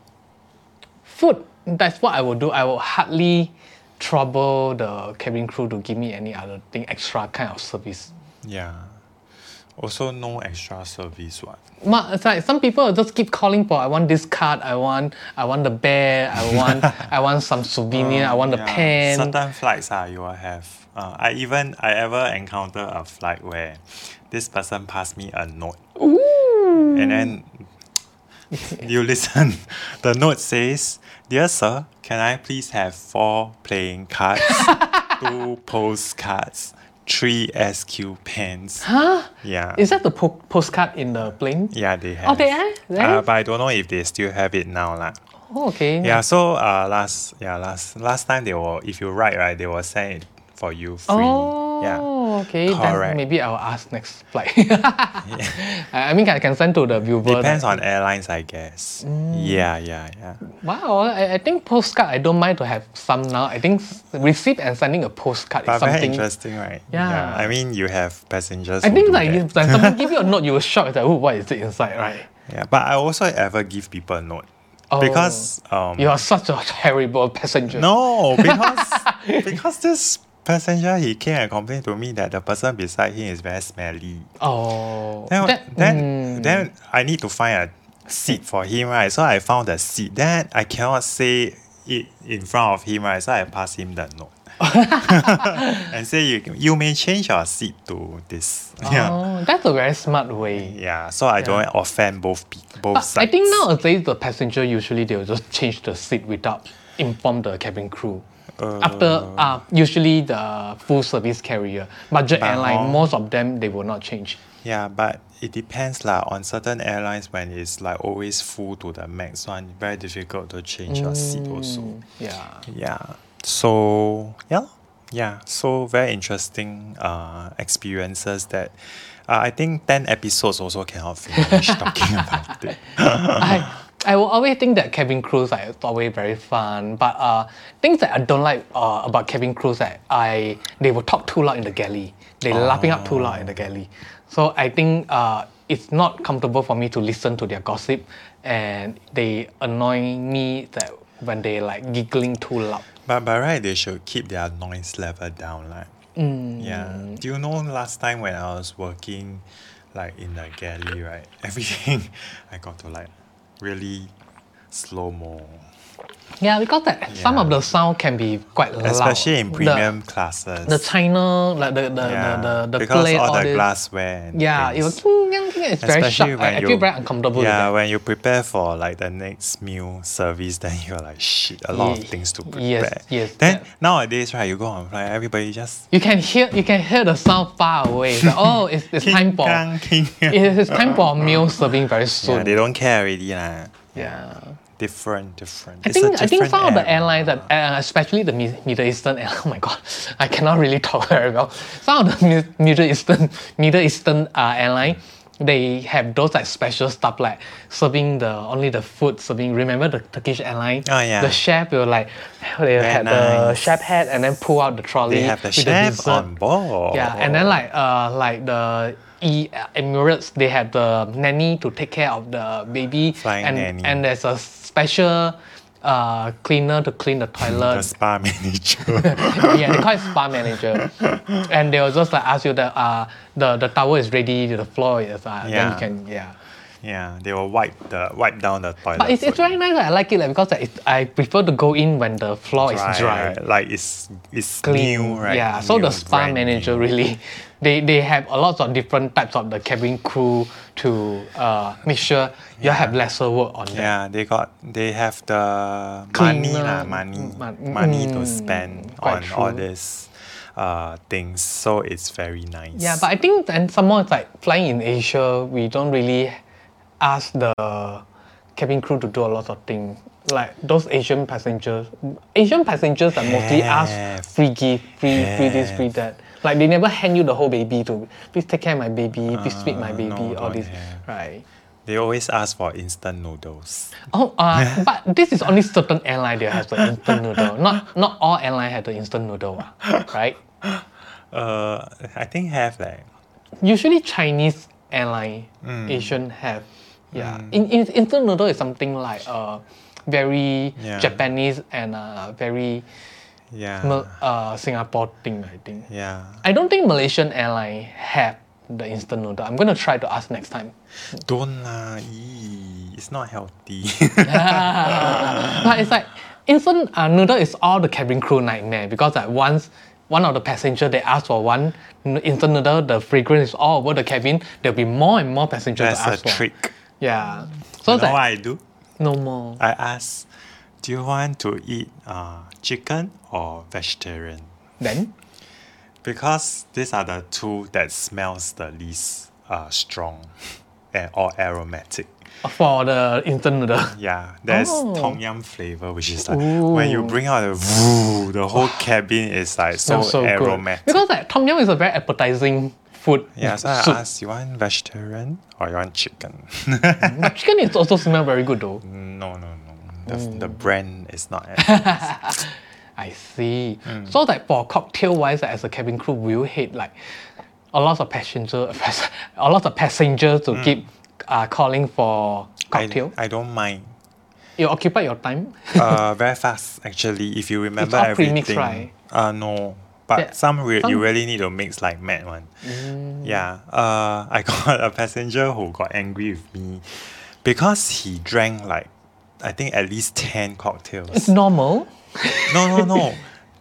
S2: food. That's what I will do. I will hardly trouble the cabin crew to give me any other thing extra kind of service.
S1: Yeah. Also, no extra service. What?
S2: Ma- It's like some people just keep calling for I want this card, I want I want the bear, I want I want some souvenir, I want the
S1: Oh, Yeah.
S2: pen.
S1: Certain flights ah, you will have. Uh, I even I ever encounter a flight where this person passed me a note, and then you listen. the note says, "Dear sir, can I please have four playing cards, two postcards, three SQ pens?"
S2: Huh?
S1: Yeah.
S2: Is that the po- postcard in the plane?
S1: yeah, they have.
S2: Oh, they have? They
S1: Uh,
S2: have?
S1: but I don't know if they still have it now, lah.
S2: Oh, okay.
S1: Yeah, so uh, last yeah last last time they will if you write right they will send it for you free.
S2: Oh,
S1: Yeah,
S2: okay.
S1: Correct.
S2: Then maybe I'll ask next flight. I I mean, I can send to the viewer.
S1: depends on airlines I guess.
S2: Mm.
S1: Yeah, yeah, yeah.
S2: Wow, I, I think postcard, I don't mind to have some now. I think s- receive and sending a postcard
S1: But
S2: is something.
S1: very interesting, right?
S2: Yeah.
S1: I mean, you have passengers.
S2: I
S1: who
S2: think
S1: do
S2: like
S1: that.
S2: if like someone give you a note, you will shock that, oh, what is it inside, right?
S1: yeah. But I also ever give people a note
S2: Oh.
S1: because um
S2: You are such a terrible passenger.
S1: no because because this passenger he came and complained to me that the person beside him is very smelly.
S2: Oh.
S1: Then,
S2: that-
S1: then, then I need to find a seat for him, right? So I found a seat. Then I cannot say it in front of him, right? So I pass him the note. and say you you may change your seat to this. Yeah.
S2: Oh, that's a very smart way.
S1: Yeah. So I don't offend both pe- both
S2: But Uh, I
S1: sides.
S2: think nowadays the passenger usually they will just change the seat without inform the cabin crew. After uh, usually the full service carrier, budget
S1: But
S2: airline,
S1: hor-
S2: most of them they will not change.
S1: Yeah, but it depends lah. On certain airlines when it's like always full to the max one, very difficult to change your seat
S2: Mm.
S1: also.
S2: Yeah.
S1: Yeah. So yeah, lor. yeah. So very interesting uh, experiences that uh, I think ten episodes also cannot finish talking about it.
S2: I I will always think that cabin crews are always very fun, but uh, things that I don't like uh, about cabin crews that I they will talk too loud in the galley. They laughing up too loud in
S1: Oh.
S2: the galley, so I think uh, it's not comfortable for me to listen to their gossip, and they annoy me that when they like giggling too loud.
S1: But by right, they should keep their noise level down, like.
S2: Mm.
S1: Yeah. Do you know last time when I was working, like in the galley, right? Everything I got to like really slow mo,
S2: Yeah, because that some of the sound can be quite loud,
S1: especially in
S2: The-
S1: premium classes.
S2: The, China, like the the
S1: yeah.
S2: the, the, the
S1: because
S2: plate,
S1: all the
S2: this.
S1: glassware. and
S2: Yeah, it
S1: things.
S2: was it's very sharp. I, I feel very uncomfortable. with
S1: Yeah,
S2: that.
S1: when you prepare for like the next meal service, then you're like shit, a lot of
S2: Ye-
S1: things to prepare.
S2: yes, yes,
S1: Then
S2: that-
S1: nowadays, right, you go on flight, everybody just
S2: You can hear you can hear the sound far away. It's like, oh, it's, it's time for
S1: kang, king. yeah,
S2: it's, it's time for meal serving very soon.
S1: they don't care already, lah.
S2: Yeah.
S1: Different, different.
S2: I
S1: It's a
S2: think I think
S1: different
S2: some of the
S1: era.
S2: airlines, that, uh, especially the Mi- Middle Eastern airline, oh my god, I cannot really talk very well. Some of the Mi- Middle Eastern Middle Eastern uh, airline, they have those like special stuff like serving the only the food serving. Remember the Turkish airline?
S1: Oh, yeah.
S2: The chef will like they had the
S1: nice.
S2: chef hat and then pull out the trolley.
S1: They have the
S2: with
S1: chef
S2: dessert.
S1: on board.
S2: Yeah, and then like uh like the E Emirates, they have the nanny to take care of the baby,
S1: Flying
S2: and
S1: nanny.
S2: and there's a special uh cleaner to clean the
S1: the
S2: toilet.
S1: spa manager.
S2: yeah, they call it spa manager, and they will just like ask you that uh the the towel is ready, the floor is uh, then
S1: Yeah.
S2: you can yeah.
S1: Yeah, they will wipe the wipe down the toilet.
S2: But it's, it's
S1: for you.
S2: very nice. I like it like, because it, I prefer to go in when the floor is dry.
S1: right? Like it's it's
S2: clean.
S1: new, right?
S2: Yeah. So
S1: New,
S2: the spa
S1: brand new.
S2: manager really, they they have a lot of different types of the cabin crew to uh, make sure you have lesser work on that.
S1: Yeah, they got they have the money
S2: Cleaner,
S1: lah, money,
S2: mon-
S1: money to spend
S2: Mm, quite
S1: on all
S2: true.
S1: these uh, things. So it's very nice.
S2: Yeah, but I think and some more it's like flying in Asia, we don't really ask the cabin crew to do a lot of things. Like those Asian passengers, Asian passengers are mostly
S1: Have.
S2: asked free gift, free free this, free that. Like they never hand you the whole baby to please take care of my baby, please feed my
S1: Uh,
S2: baby,
S1: no,
S2: all
S1: don't
S2: this,
S1: have.
S2: right?
S1: they always ask for instant noodles.
S2: Oh, uh, but this is only certain airline that has the instant noodle. Not not all airline have the instant noodle, ah, right?
S1: Uh, I think have like
S2: Usually Chinese airline, Asian have. Yeah, in, in, instant noodle is something like uh, very
S1: Yeah.
S2: Japanese and uh, very
S1: yeah,
S2: Mal- uh, Singapore thing. I think.
S1: yeah.
S2: I don't think Malaysian airline have the instant noodle. I'm gonna try to ask next time.
S1: Don't lah. ee, It's not healthy.
S2: but it's like instant uh, noodle is all the cabin crew nightmare because like once one of the passenger they ask for one n- instant noodle, the fragrance is all over the cabin. There'll be more and more passengers
S1: That's
S2: to
S1: a
S2: ask for.
S1: trick.
S2: Yeah. So
S1: you
S2: it's
S1: know what
S2: like
S1: I do?
S2: no more.
S1: I ask, do you want to eat uh, chicken or vegetarian?
S2: Then
S1: Because these are the two that smells the least uh, strong and or aromatic.
S2: for the instant noodle.
S1: Yeah, there's
S2: Oh.
S1: tom yum flavor, which is like when you bring out the woo, the whole cabin is like so,
S2: Smells so
S1: aromatic.
S2: good. Because like tom yum is a very appetizing food.
S1: Yeah, so I
S2: soup.
S1: asked, you want vegetarian or you want chicken?
S2: But chicken is also smell very good though.
S1: no, no, no. The, the
S2: Oh.
S1: brand is not. as-
S2: I see.
S1: Mm.
S2: So like for cocktail wise, like, as a cabin crew, will you hate like a lot of passenger, a lot of passengers to keep uh, calling for
S1: Mm. I,
S2: cocktail?
S1: I don't mind.
S2: you occupy your time.
S1: uh, very fast actually. If you remember
S2: all
S1: everything,
S2: pre-mixed, right?
S1: uh, no, but
S2: Yeah,
S1: some, re- you
S2: some- Mm.
S1: really need to mix like mad one. Yeah, uh, I got a passenger who got angry with me because he drank like I think at least ten
S2: It's
S1: cocktails.
S2: normal.
S1: no, no, no.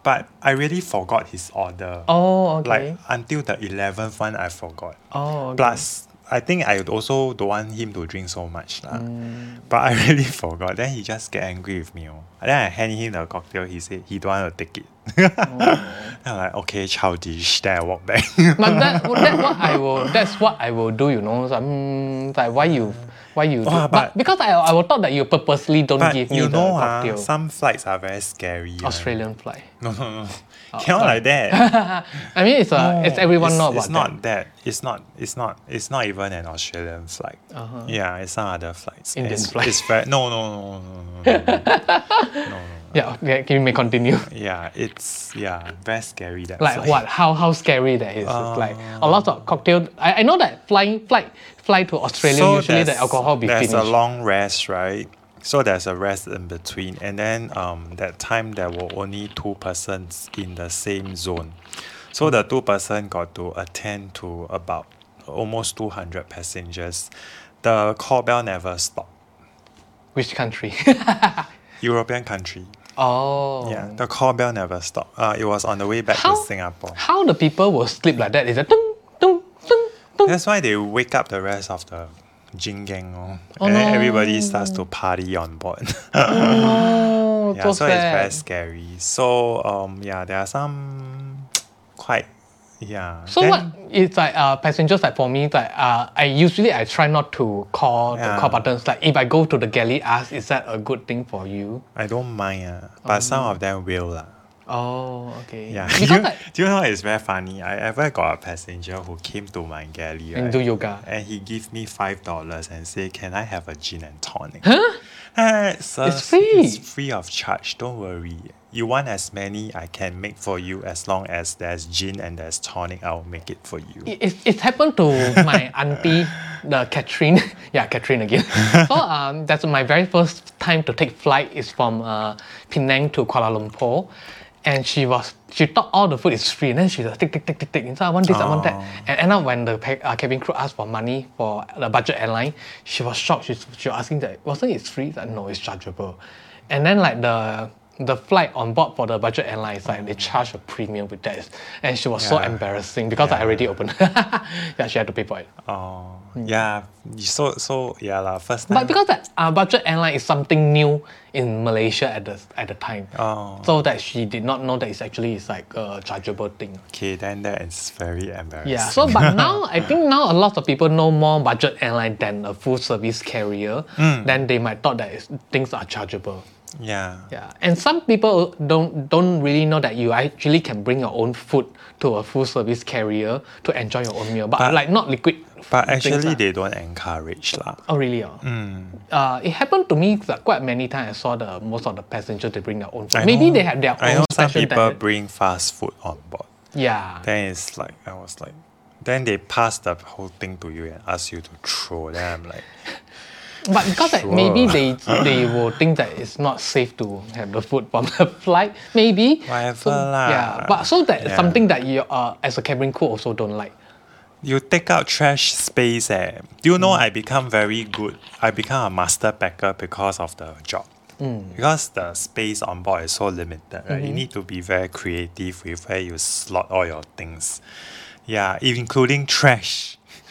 S1: But I really forgot his order.
S2: Oh, okay.
S1: Like until the eleventh one, I forgot.
S2: oh, okay.
S1: Plus, I think I also don't want him to drink so much. lah.
S2: Mm.
S1: But I really forgot. Then he just get angry with me. Oh. And Then I hand him the cocktail. He said he don't want to take it.
S2: Oh.
S1: Then I'm like, okay, childish. Then I walk back.
S2: But that, that's what I will. That's what I will do. You know, so, mm, like why you, why you? Do,
S1: Oh,
S2: but,
S1: but-
S2: because I, I will thought that you purposely don't
S1: but
S2: give me
S1: you
S2: the
S1: know, ah,
S2: cocktail.
S1: some flights are very scary. ah.
S2: Australian fly.
S1: No, no, no. Cannot like that.
S2: I mean, it's a, it's everyone
S1: it's,
S2: know about
S1: It's not that. It's not. It's not. It's not even an Australian flight.
S2: Uh-huh.
S1: Yeah, it's some other flights.
S2: Indian
S1: it's,
S2: flight.
S1: It's very, no, no, no, no, no, no, no.
S2: that. Yeah, okay, okay, you may continue.
S1: Yeah, it's yeah, very scary. That
S2: like
S1: flight.
S2: what how how scary that is It's like a lot of cocktail I, I know that flying flight fly to australia usually the
S1: there's-
S2: alcohol be
S1: there's
S2: finished
S1: a long rest, right? So there's a rest in between, and then um, that time there were only two persons in the same zone, so the two person got to attend to about almost two hundred passengers. The call bell never stopped.
S2: which country
S1: European country.
S2: oh
S1: Yeah, the call bell never stopped. Uh, it was on the way back
S2: How-
S1: to Singapore.
S2: how the people will sleep like that is a dung, dung, dung, dung.
S1: That's why they wake up the rest of the Jing Gang, oh,
S2: Oh,
S1: and then everybody starts to party on board.
S2: oh
S1: Yeah,
S2: so,
S1: so,
S2: sad.
S1: it's very scary. So um, yeah, there are some quite yeah.
S2: so
S1: Then-
S2: what it's like uh, passengers like for me like uh, I usually I try not to call the
S1: Yeah.
S2: call buttons like if I go to the galley ask is that a good thing for you
S1: I don't mind, uh, but some of them will lah.
S2: oh okay
S1: Yeah.
S2: because
S1: you,
S2: like,
S1: do you know it's very funny? I ever got a passenger who came to my galley
S2: and
S1: right?
S2: do yoga
S1: and he gave me five dollars and say, "Can I have a gin and tonic?" Huh? sir,
S2: It's free.
S1: It's free of charge. Don't worry. You want as many, I can make for you. As long as there's gin and there's tonic, I'll make it for you.
S2: It, it, it happened to my auntie, the Catherine. yeah, Catherine again. So um, that's my very first time to take flight is from uh, Penang to Kuala Lumpur. and she was she thought all the food is free and then she was tick tick tick tick tick so I want this I want that and end up when the pa- uh, cabin crew asked for money for the budget airline she was shocked she, she was asking that wasn't it free that no it's chargeable and then like the the flight on board for the budget airlines like they charge a premium with that and she was so
S1: Yeah.
S2: embarrassing because I already opened yeah she had to pay for it
S1: Oh, yeah. So so yeah lah. First time.
S2: Hmm. But because that uh, budget airline is something new in Malaysia at the at the time,
S1: Oh.
S2: so that she did not know that it's actually it's like a chargeable thing.
S1: okay, then that is very embarrassing.
S2: Yeah. So, but now I think now a lot of people know more budget airline than a full service carrier.
S1: Mm.
S2: Then they might thought that it's, things are chargeable.
S1: yeah.
S2: Yeah. And some people don't don't really know that you actually can bring your own food to a full service carrier to enjoy your own meal, but,
S1: But-
S2: like not liquid.
S1: But
S2: things
S1: actually,
S2: lah.
S1: they don't encourage lah.
S2: Oh really? Oh?
S1: Mm.
S2: Uh, it happened to me like, quite many times. I saw the most of the passengers they bring their own. Food.
S1: I
S2: Maybe
S1: know-
S2: they have their
S1: I know
S2: own
S1: some
S2: special
S1: people
S2: diet.
S1: bring fast food on board.
S2: Yeah.
S1: Then it's like I was like, then they pass the whole thing to you and ask you to throw. Then I'm like,
S2: But because like,
S1: Sure.
S2: maybe they they will think that it's not safe to have the food from the flight. Maybe.
S1: Whatever
S2: so,
S1: lah.
S2: Yeah. But so that
S1: Yeah.
S2: something that you uh, as a cabin crew also don't like.
S1: you take out trash space. Eh. Do you know
S2: Mm.
S1: I become very good? I become a master packer because of the job.
S2: Mm.
S1: Because the space on board is so limited, right?
S2: Mm-hmm.
S1: You need to be very creative with where you slot all your things. Yeah, including trash.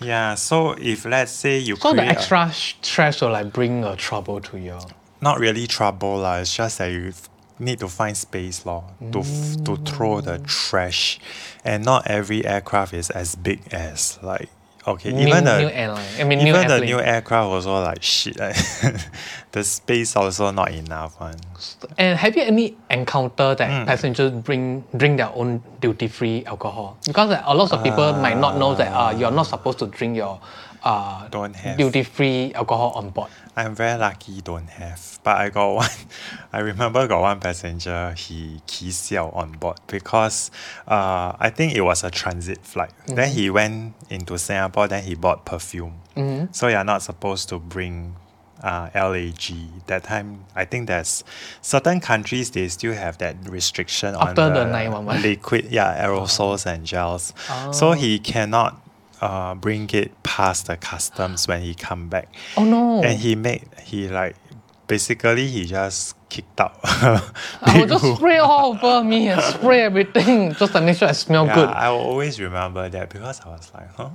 S1: Yeah, so if let's say you
S2: So the
S1: create a-
S2: extra sh- stress will like bring a trouble to you.
S1: not really trouble lah. It's just that you f- need to find space lor to f- to throw the
S2: Mm.
S1: trash, and not every aircraft is as big as like okay
S2: New-
S1: even the
S2: new airline. I mean, new
S1: even the
S2: airplane.
S1: new aircraft also like shit. like, the space also not enough one.
S2: And have you any encounter that
S1: Hmm.
S2: passengers bring drink their own duty free alcohol? Because like, a lot of people might not know that uh, you're not supposed to drink your uh,
S1: Don't have.
S2: duty free alcohol on board.
S1: I'm very lucky don't have. But I got one I remember got one passenger he ki siao on board because uh, I think it was a transit flight. Then
S2: Mm-hmm.
S1: he went into Singapore, then he bought perfume.
S2: Mm-hmm.
S1: So you're not supposed to bring uh, LAG. That time I think there's certain countries they still have that restriction
S2: After
S1: on
S2: the 911.
S1: liquid, yeah, aerosols and gels.
S2: Oh.
S1: So he cannot uh, bring it past the customs when he come back.
S2: Oh no!
S1: And he made he like basically he just kicked out.
S2: I will
S1: Big
S2: just
S1: Wu.
S2: spray all over me and spray everything just to make sure I smell
S1: yeah,
S2: good.
S1: I will always remember that because I was like, huh?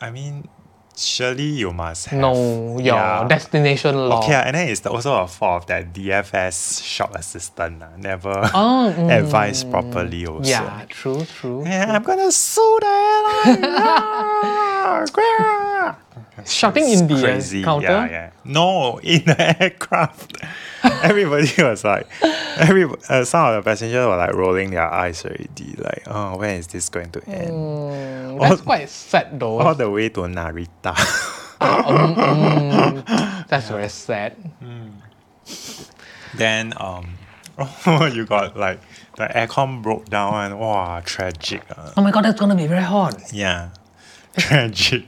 S1: I mean, surely you must have
S2: No, your
S1: Yeah.
S2: destination law.
S1: Okay, and then it's the- also a fault of that DFS shop assistant. ah, never
S2: Oh, mm.
S1: advised properly also.
S2: yeah, true, true.
S1: Yeah, I'm gonna sue the airline. Ah, grah.
S2: Shouting
S1: It's
S2: in the uh,
S1: crazy.
S2: counter.
S1: Yeah, yeah. No, in the aircraft, everybody was like, every uh, some of the passengers were like rolling their eyes already. Like, oh, when is this going to end?
S2: Mm, That's quite sad though.
S1: All the way to Narita.
S2: That's very sad.
S1: then um, you got like the aircon broke down and wow, tragic. ah.
S2: Oh my god, that's gonna be very hot.
S1: yeah, tragic.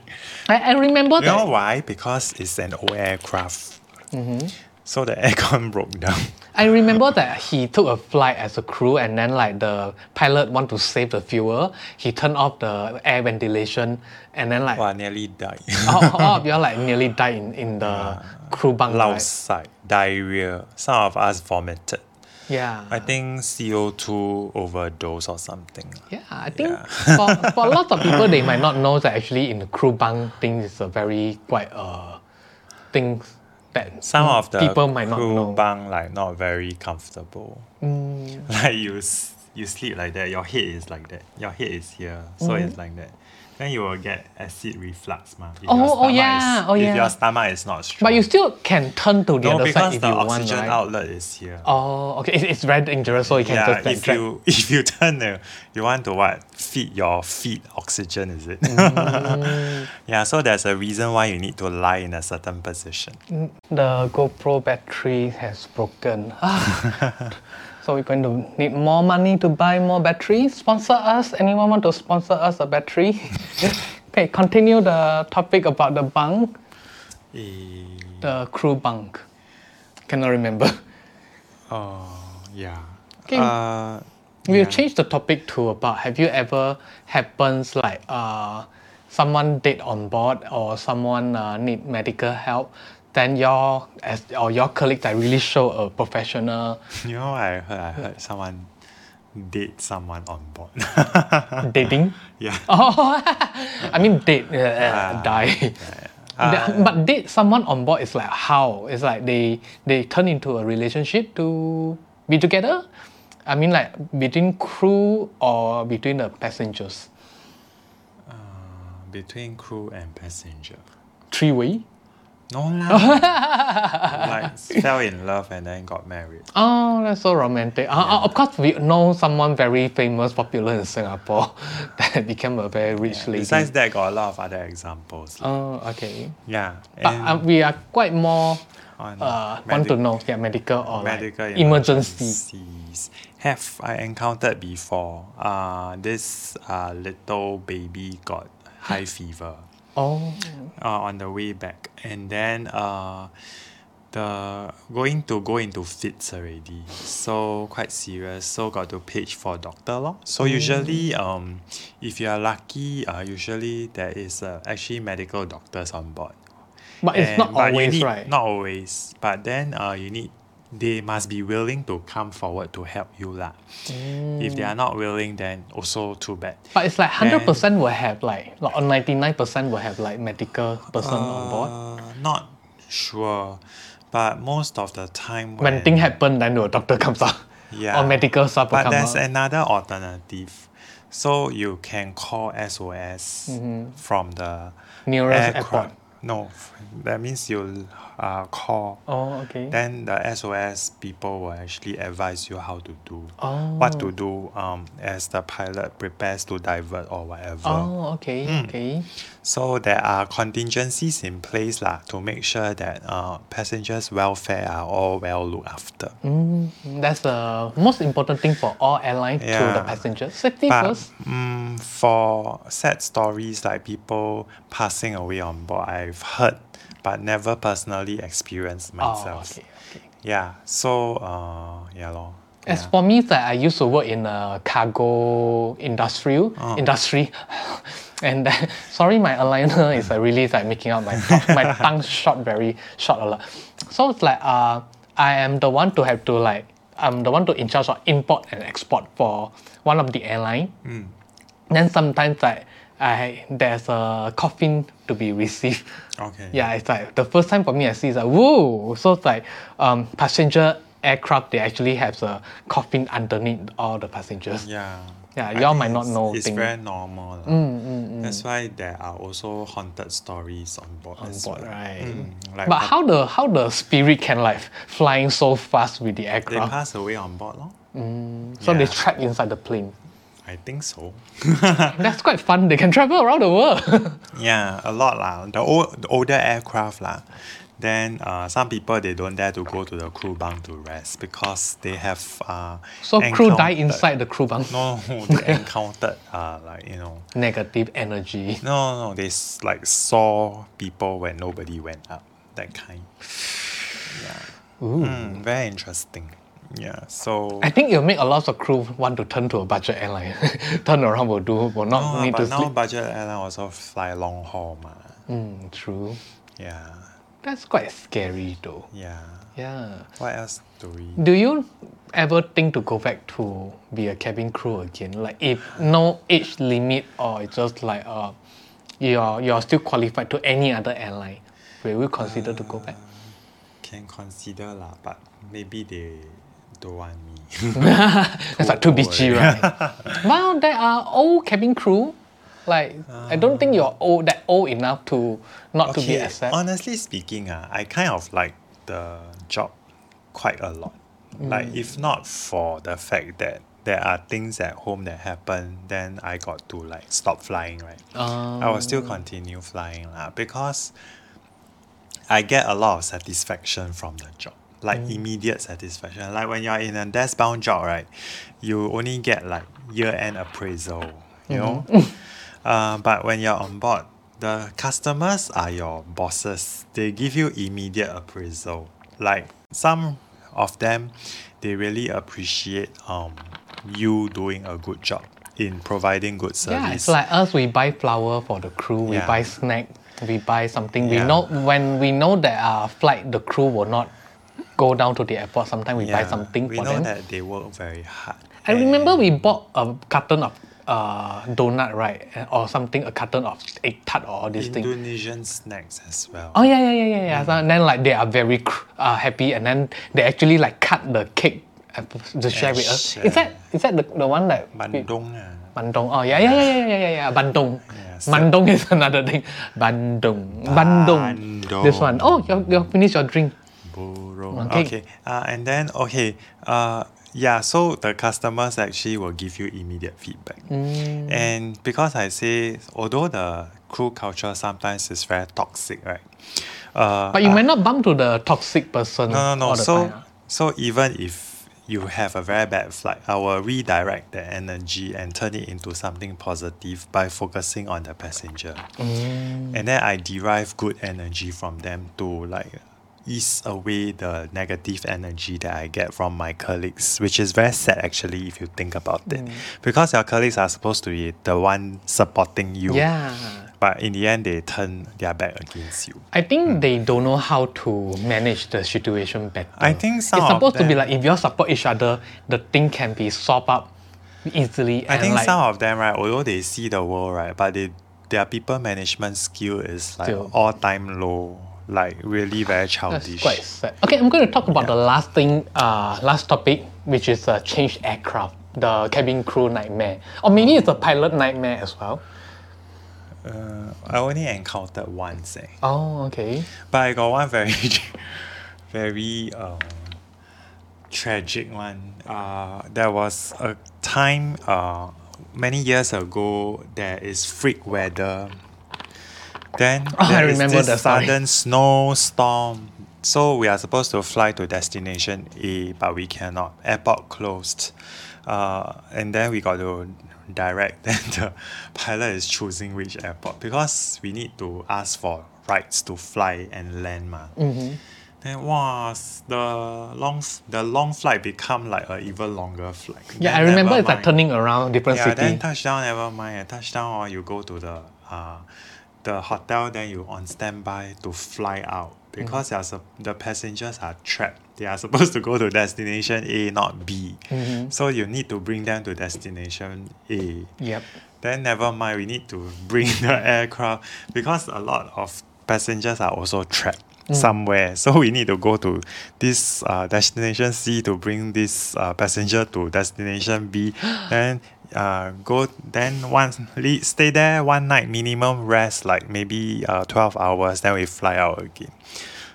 S2: I, I remember
S1: You
S2: that.
S1: know why? Because it's an old aircraft.
S2: Mm-hmm.
S1: So the aircon broke down.
S2: I remember that he took a flight as a crew, and then like the pilot want to save the fuel, he turned off the air ventilation, and then like
S1: Wow, nearly died.
S2: all, all of y'all like nearly died in, in the
S1: Ah.
S2: crew bunk.
S1: Lao
S2: Right?
S1: side, diarrhea. Some of us vomited.
S2: Yeah.
S1: I think CO2 overdose or something.
S2: yeah, I think for, for a lot of people, they might not know that actually in the crew bunk thing is a very quite uh thing that
S1: Some of the
S2: Mm. people might not
S1: crew
S2: know. Mm.
S1: bunk like not very comfortable. Like you, s- you sleep like that. Your head is like that. Your head is here, so
S2: Mm-hmm.
S1: it's like that. Then you will get acid reflux, ma. If your
S2: Oh, oh
S1: stomach
S2: yeah,
S1: is-
S2: oh
S1: if
S2: yeah.
S1: your stomach is not strong.
S2: But you still can turn to the
S1: no,
S2: other
S1: because
S2: side if
S1: the
S2: you want,
S1: oxygen
S2: right?
S1: outlet is here.
S2: Oh, okay. It, it's very dangerous, so you can
S1: yeah,
S2: just like,
S1: if
S2: drag
S1: you if you turn the you want to what feed your feet oxygen is it?
S2: Mm.
S1: yeah, so there's a reason why you need to lie in a certain position.
S2: Mm. The GoPro battery has broken. Ah. so we're going to need more money to buy more batteries. Sponsor us. Anyone want to sponsor us a battery? okay, continue the topic about the bunk,
S1: Eh,
S2: the crew bunk. Cannot remember.
S1: Oh yeah.
S2: Okay.
S1: Uh,
S2: We'll change the topic to about have you ever happens like uh, someone dead on board or someone uh, need medical help, then your as or your colleagues that really show a professional
S1: you know, what I heard I heard someone date someone on board.
S2: dating.
S1: yeah. Ah,
S2: Oh, I mean date uh, uh, die. The- but date someone on board is like how? It's like they they turn into a relationship to be together. I mean like between crew or between the passengers.
S1: Between crew and passenger.
S2: Three way.
S1: No lah. like fell in love and then got married.
S2: Oh, that's so romantic. Uh, uh, of course, we know someone very famous, popular in Singapore that became a very rich lady.
S1: Besides that, got a lot of other examples. lah.
S2: oh, okay.
S1: yeah.
S2: But
S1: and
S2: uh, we are quite more
S1: on
S2: uh, want
S1: medic-
S2: to know, yeah, medical or
S1: medical
S2: like emergency.
S1: emergencies have I encountered before. Uh, this uh, little baby got high fever.
S2: Oh,
S1: uh, on the way back, and then uh, the going to go into fits already, so quite serious. So got to page for doctor lor. So
S2: Mm.
S1: usually, um, if you are lucky, uh, usually there is uh, actually medical doctors on board.
S2: but it's
S1: And-
S2: not
S1: but you
S2: always
S1: need-
S2: right.
S1: Not always, but then uh, you need they must be willing to come forward to help you lah. If
S2: Mm.
S1: they are not willing, then also too bad.
S2: but it's like hundred percent will have like, like ninety nine percent will have like medical person on board.
S1: Uh, not sure, but most of the time
S2: When thing happen, then the doctor comes out.
S1: Yeah.
S2: Or medical stuff will
S1: But
S2: come
S1: there's
S2: out.
S1: another alternative. So you can call SOS from the
S2: Nearest Mm-hmm. airport.
S1: No, that means you uh, call.
S2: oh, okay.
S1: Then the SOS people will actually advise you how to do,
S2: Oh.
S1: what to do um, as the pilot prepares to divert or whatever.
S2: oh, okay,
S1: Hmm.
S2: okay.
S1: So there are contingencies in place lah to make sure that uh, passengers' welfare are all well looked after.
S2: Mm-hmm. That's the most important thing for all airlines
S1: Yeah.
S2: to the passengers. Safety
S1: But
S2: first.
S1: mm, for sad stories like people passing away on board, I've heard but never personally experienced
S2: Oh,
S1: myself.
S2: okay, okay.
S1: Yeah. So uh, yeah lor.
S2: As for me, that I used to work in a cargo industry, industry, and then, sorry, my aligner is uh, really like making out my tongue- my tongue short, very short a lot. So it's like uh, I am the one to have to like I'm the one to in charge of import and export for one of the airline. Then sometimes like I there's a coffin to be received.
S1: Okay.
S2: Yeah, it's like the first time for me I see is like, whoa. So it's like um, passenger aircraft, they actually have a coffin underneath all the passengers.
S1: Yeah.
S2: Yeah,
S1: I
S2: y'all
S1: think
S2: might not
S1: it's-
S2: know
S1: It's
S2: thing. Mm,
S1: very normal. lah. That's why there are also haunted stories on board as
S2: board,
S1: well.
S2: right.
S1: Mm, like
S2: But
S1: the-
S2: how the how the spirit can like flying so fast with the
S1: they
S2: aircraft?
S1: pass away on board, lor.
S2: so they
S1: yeah.
S2: trapped inside the plane.
S1: I think so.
S2: That's quite fun. They can travel around the world.
S1: Yeah, a lot lah. The old the older aircraft lah. Then uh, some people they don't dare to go to the crew bunk to rest because they have uh,
S2: so crew
S1: encountered-
S2: die inside the crew bunk.
S1: No, they encountered uh, like you know.
S2: Negative energy.
S1: No, no, no, they s- like saw people when nobody went up. That kind. Yeah. Mm, very interesting. Yeah. So.
S2: I think it'll make a lot of crew want to turn to a budget airline. turn around will do will not
S1: No,
S2: need to
S1: but now
S2: sleep.
S1: budget airline also fly long haul, ma.
S2: Mm, true.
S1: Yeah.
S2: That's quite scary though.
S1: Yeah.
S2: Yeah.
S1: What else do we?
S2: Do you ever think to go back to be a cabin crew again? Like if no age limit or it's just like uh you're you're still qualified to any other airline, will you consider to go back?
S1: can consider lah, but maybe they don't want me.
S2: That's like too bitchy, right? well, there are old cabin crew. Like I don't think you're old that old enough to not to be accepted.
S1: honestly speaking, ah, I kind of like the job quite a lot.
S2: Mm.
S1: Like if not for the fact that there are things at home that happen, then I got to like stop flying, right? I will
S2: Oh.
S1: still continue flying lah because I get a lot of satisfaction from the job. Like immediate satisfaction. Like when you're in a desk bound job, right? You only get like year end appraisal, you know? uh, but when you're on board, the customers are your bosses. They give you immediate appraisal. Like some of them, they really appreciate um, you doing a good job in providing good service.
S2: Yeah, it's like us. We buy flour for the crew. We
S1: Yeah.
S2: buy snack. We buy something. We
S1: Yeah.
S2: know when we know that our flight, the crew will not go down to the airport. Sometimes we buy
S1: Yeah,
S2: something
S1: we
S2: for
S1: know
S2: them.
S1: that they work very hard.
S2: I
S1: and-
S2: remember we bought a carton of uh, donut, right, And- or something, a carton of egg tart or all these things.
S1: Indonesian snacks as well.
S2: Oh yeah, yeah, yeah, yeah,
S1: Mm.
S2: yeah. So, and then like they are very cr- uh, happy, and then they actually like cut the cake and p- to share with us.
S1: share.
S2: Is that is that the, the one that we-
S1: Bandung. ah.
S2: Bandung. Oh yeah, yeah, yeah, yeah, yeah, yeah, yeah. Bandung.
S1: Yes.
S2: Bandung is another thing. Bandung. Bandung.
S1: Bandung.
S2: This one. Oh, you you finish your drink.
S1: Burung.
S2: Okay.
S1: Okay. Uh, and then okay. Uh, yeah. So the customers actually will give you immediate feedback. And because I say, although the crew culture sometimes is very toxic, right? Uh,
S2: But you might not bump to the toxic person.
S1: No, no, no.
S2: All the
S1: So,
S2: time. ah.
S1: so even if you have a very bad flight, I will redirect the energy and turn it into something positive by focusing on the passenger.
S2: Mm.
S1: And then I derive good energy from them to like ease away the negative energy that I get from my colleagues, which is very sad actually if you think about it.
S2: Mm.
S1: Because your colleagues are supposed to be the one supporting you.
S2: Yeah.
S1: But in the end they turn their back against you.
S2: I think they don't know how to manage the situation better.
S1: I think some
S2: it's
S1: of
S2: supposed to be
S1: them-
S2: like if you all support each other, the thing can be solved up easily.
S1: I
S2: and
S1: think
S2: like,
S1: some of them, right, although they see the world, right, but they their people management skill is like
S2: Still.
S1: all time low, like really very
S2: That's
S1: childish.
S2: quite sad. Okay, I'm going to talk about the last thing, uh, last topic, which is uh, changed aircraft, the cabin crew nightmare, or maybe it's a pilot nightmare as well.
S1: I only encountered once, eh.
S2: Oh, okay.
S1: but I got one very, very um, tragic one. Uh, there was a time uh, many years ago there is freak weather. Then there is
S2: I remember
S1: this
S2: the story.
S1: sudden snowstorm. So we are supposed to fly to destination A, but we cannot. Airport closed. Uh, and then we got to direct. Then the pilot is choosing which airport because we need to ask for rights to fly and land. Ma. Then wow, s- the long f- the long flight become like a even longer flight.
S2: Yeah,
S1: Then
S2: I remember
S1: never
S2: it's like
S1: mind.
S2: turning around different
S1: Yeah, then
S2: city.
S1: touchdown, never mind. eh, Touchdown, or you go to the uh, the hotel, then you on standby to fly out
S2: Mm.
S1: because they are sup- the passengers are trapped. They are supposed to go to destination A, not B.
S2: Mm-hmm.
S1: So you need to bring them to destination A.
S2: Yep.
S1: Then never mind, we need to bring the aircraft because a lot of passengers are also trapped somewhere. So we need to go to this uh, destination C to bring this uh, passenger to destination B. then uh, go then one le- stay there one night minimum rest like maybe uh, twelve hours. Then we fly out again.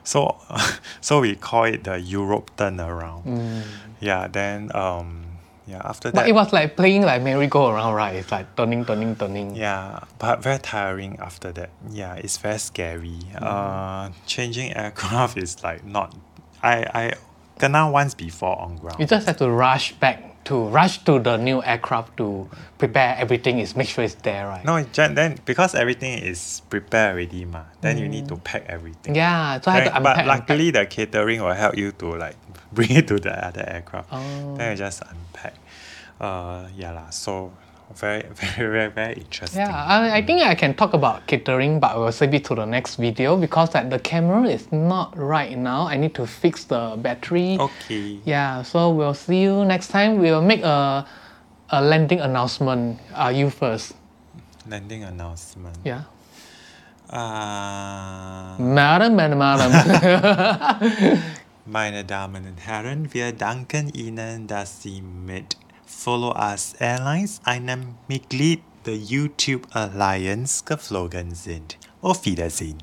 S1: So so we call it the Europe turnaround. Yeah. Then um yeah after
S2: But
S1: that.
S2: it was like playing like merry-go-round, right? It's like turning, turning, turning.
S1: Yeah, but very tiring after that. Yeah, it's very scary.
S2: Mm.
S1: Uh, changing aircraft is like not. I I kena once before on ground.
S2: You just have to rush back to rush to the new aircraft to prepare everything. Is make sure it's there, right?
S1: no, ju- then because everything is prepared already, ma. Then you need to pack everything.
S2: Mm. Yeah, so I had to
S1: Right?
S2: unpack.
S1: But
S2: unpack.
S1: luckily, the catering will help you to like bring it to the other aircraft.
S2: Oh.
S1: Then you just unpack. Uh, yeah lah. So very very very very interesting.
S2: Yeah, I, I think I can talk about catering, but we'll save it to the next video because like, the camera is not right now. I need to fix the battery.
S1: Okay.
S2: Yeah, so we'll see you next time. We'll make a, a landing announcement. Uh, you first.
S1: Landing announcement.
S2: Yeah.
S1: Uh,
S2: Madam, madam, madam.
S1: Meine Damen und Herren, wir danken Ihnen, dass Sie mit Follow Us Airlines, einem Mitglied der YouTube Alliance, geflogen sind. Auf Wiedersehen.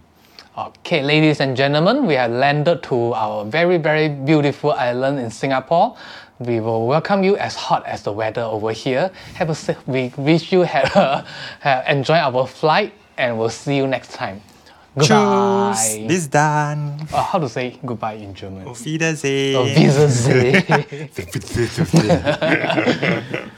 S2: okay, ladies and gentlemen, we have landed to our very, very beautiful island in Singapore. We will welcome you as hot as the weather over here. Have a safe week. Wish you had a, have enjoy our flight, and we'll see you next time. Goodbye.
S1: Tschüss. Bis dann.
S2: Uh, how to say goodbye in German?
S1: Oh, Auf Wiedersehen.
S2: Wiedersehen.
S1: Wiedersehen.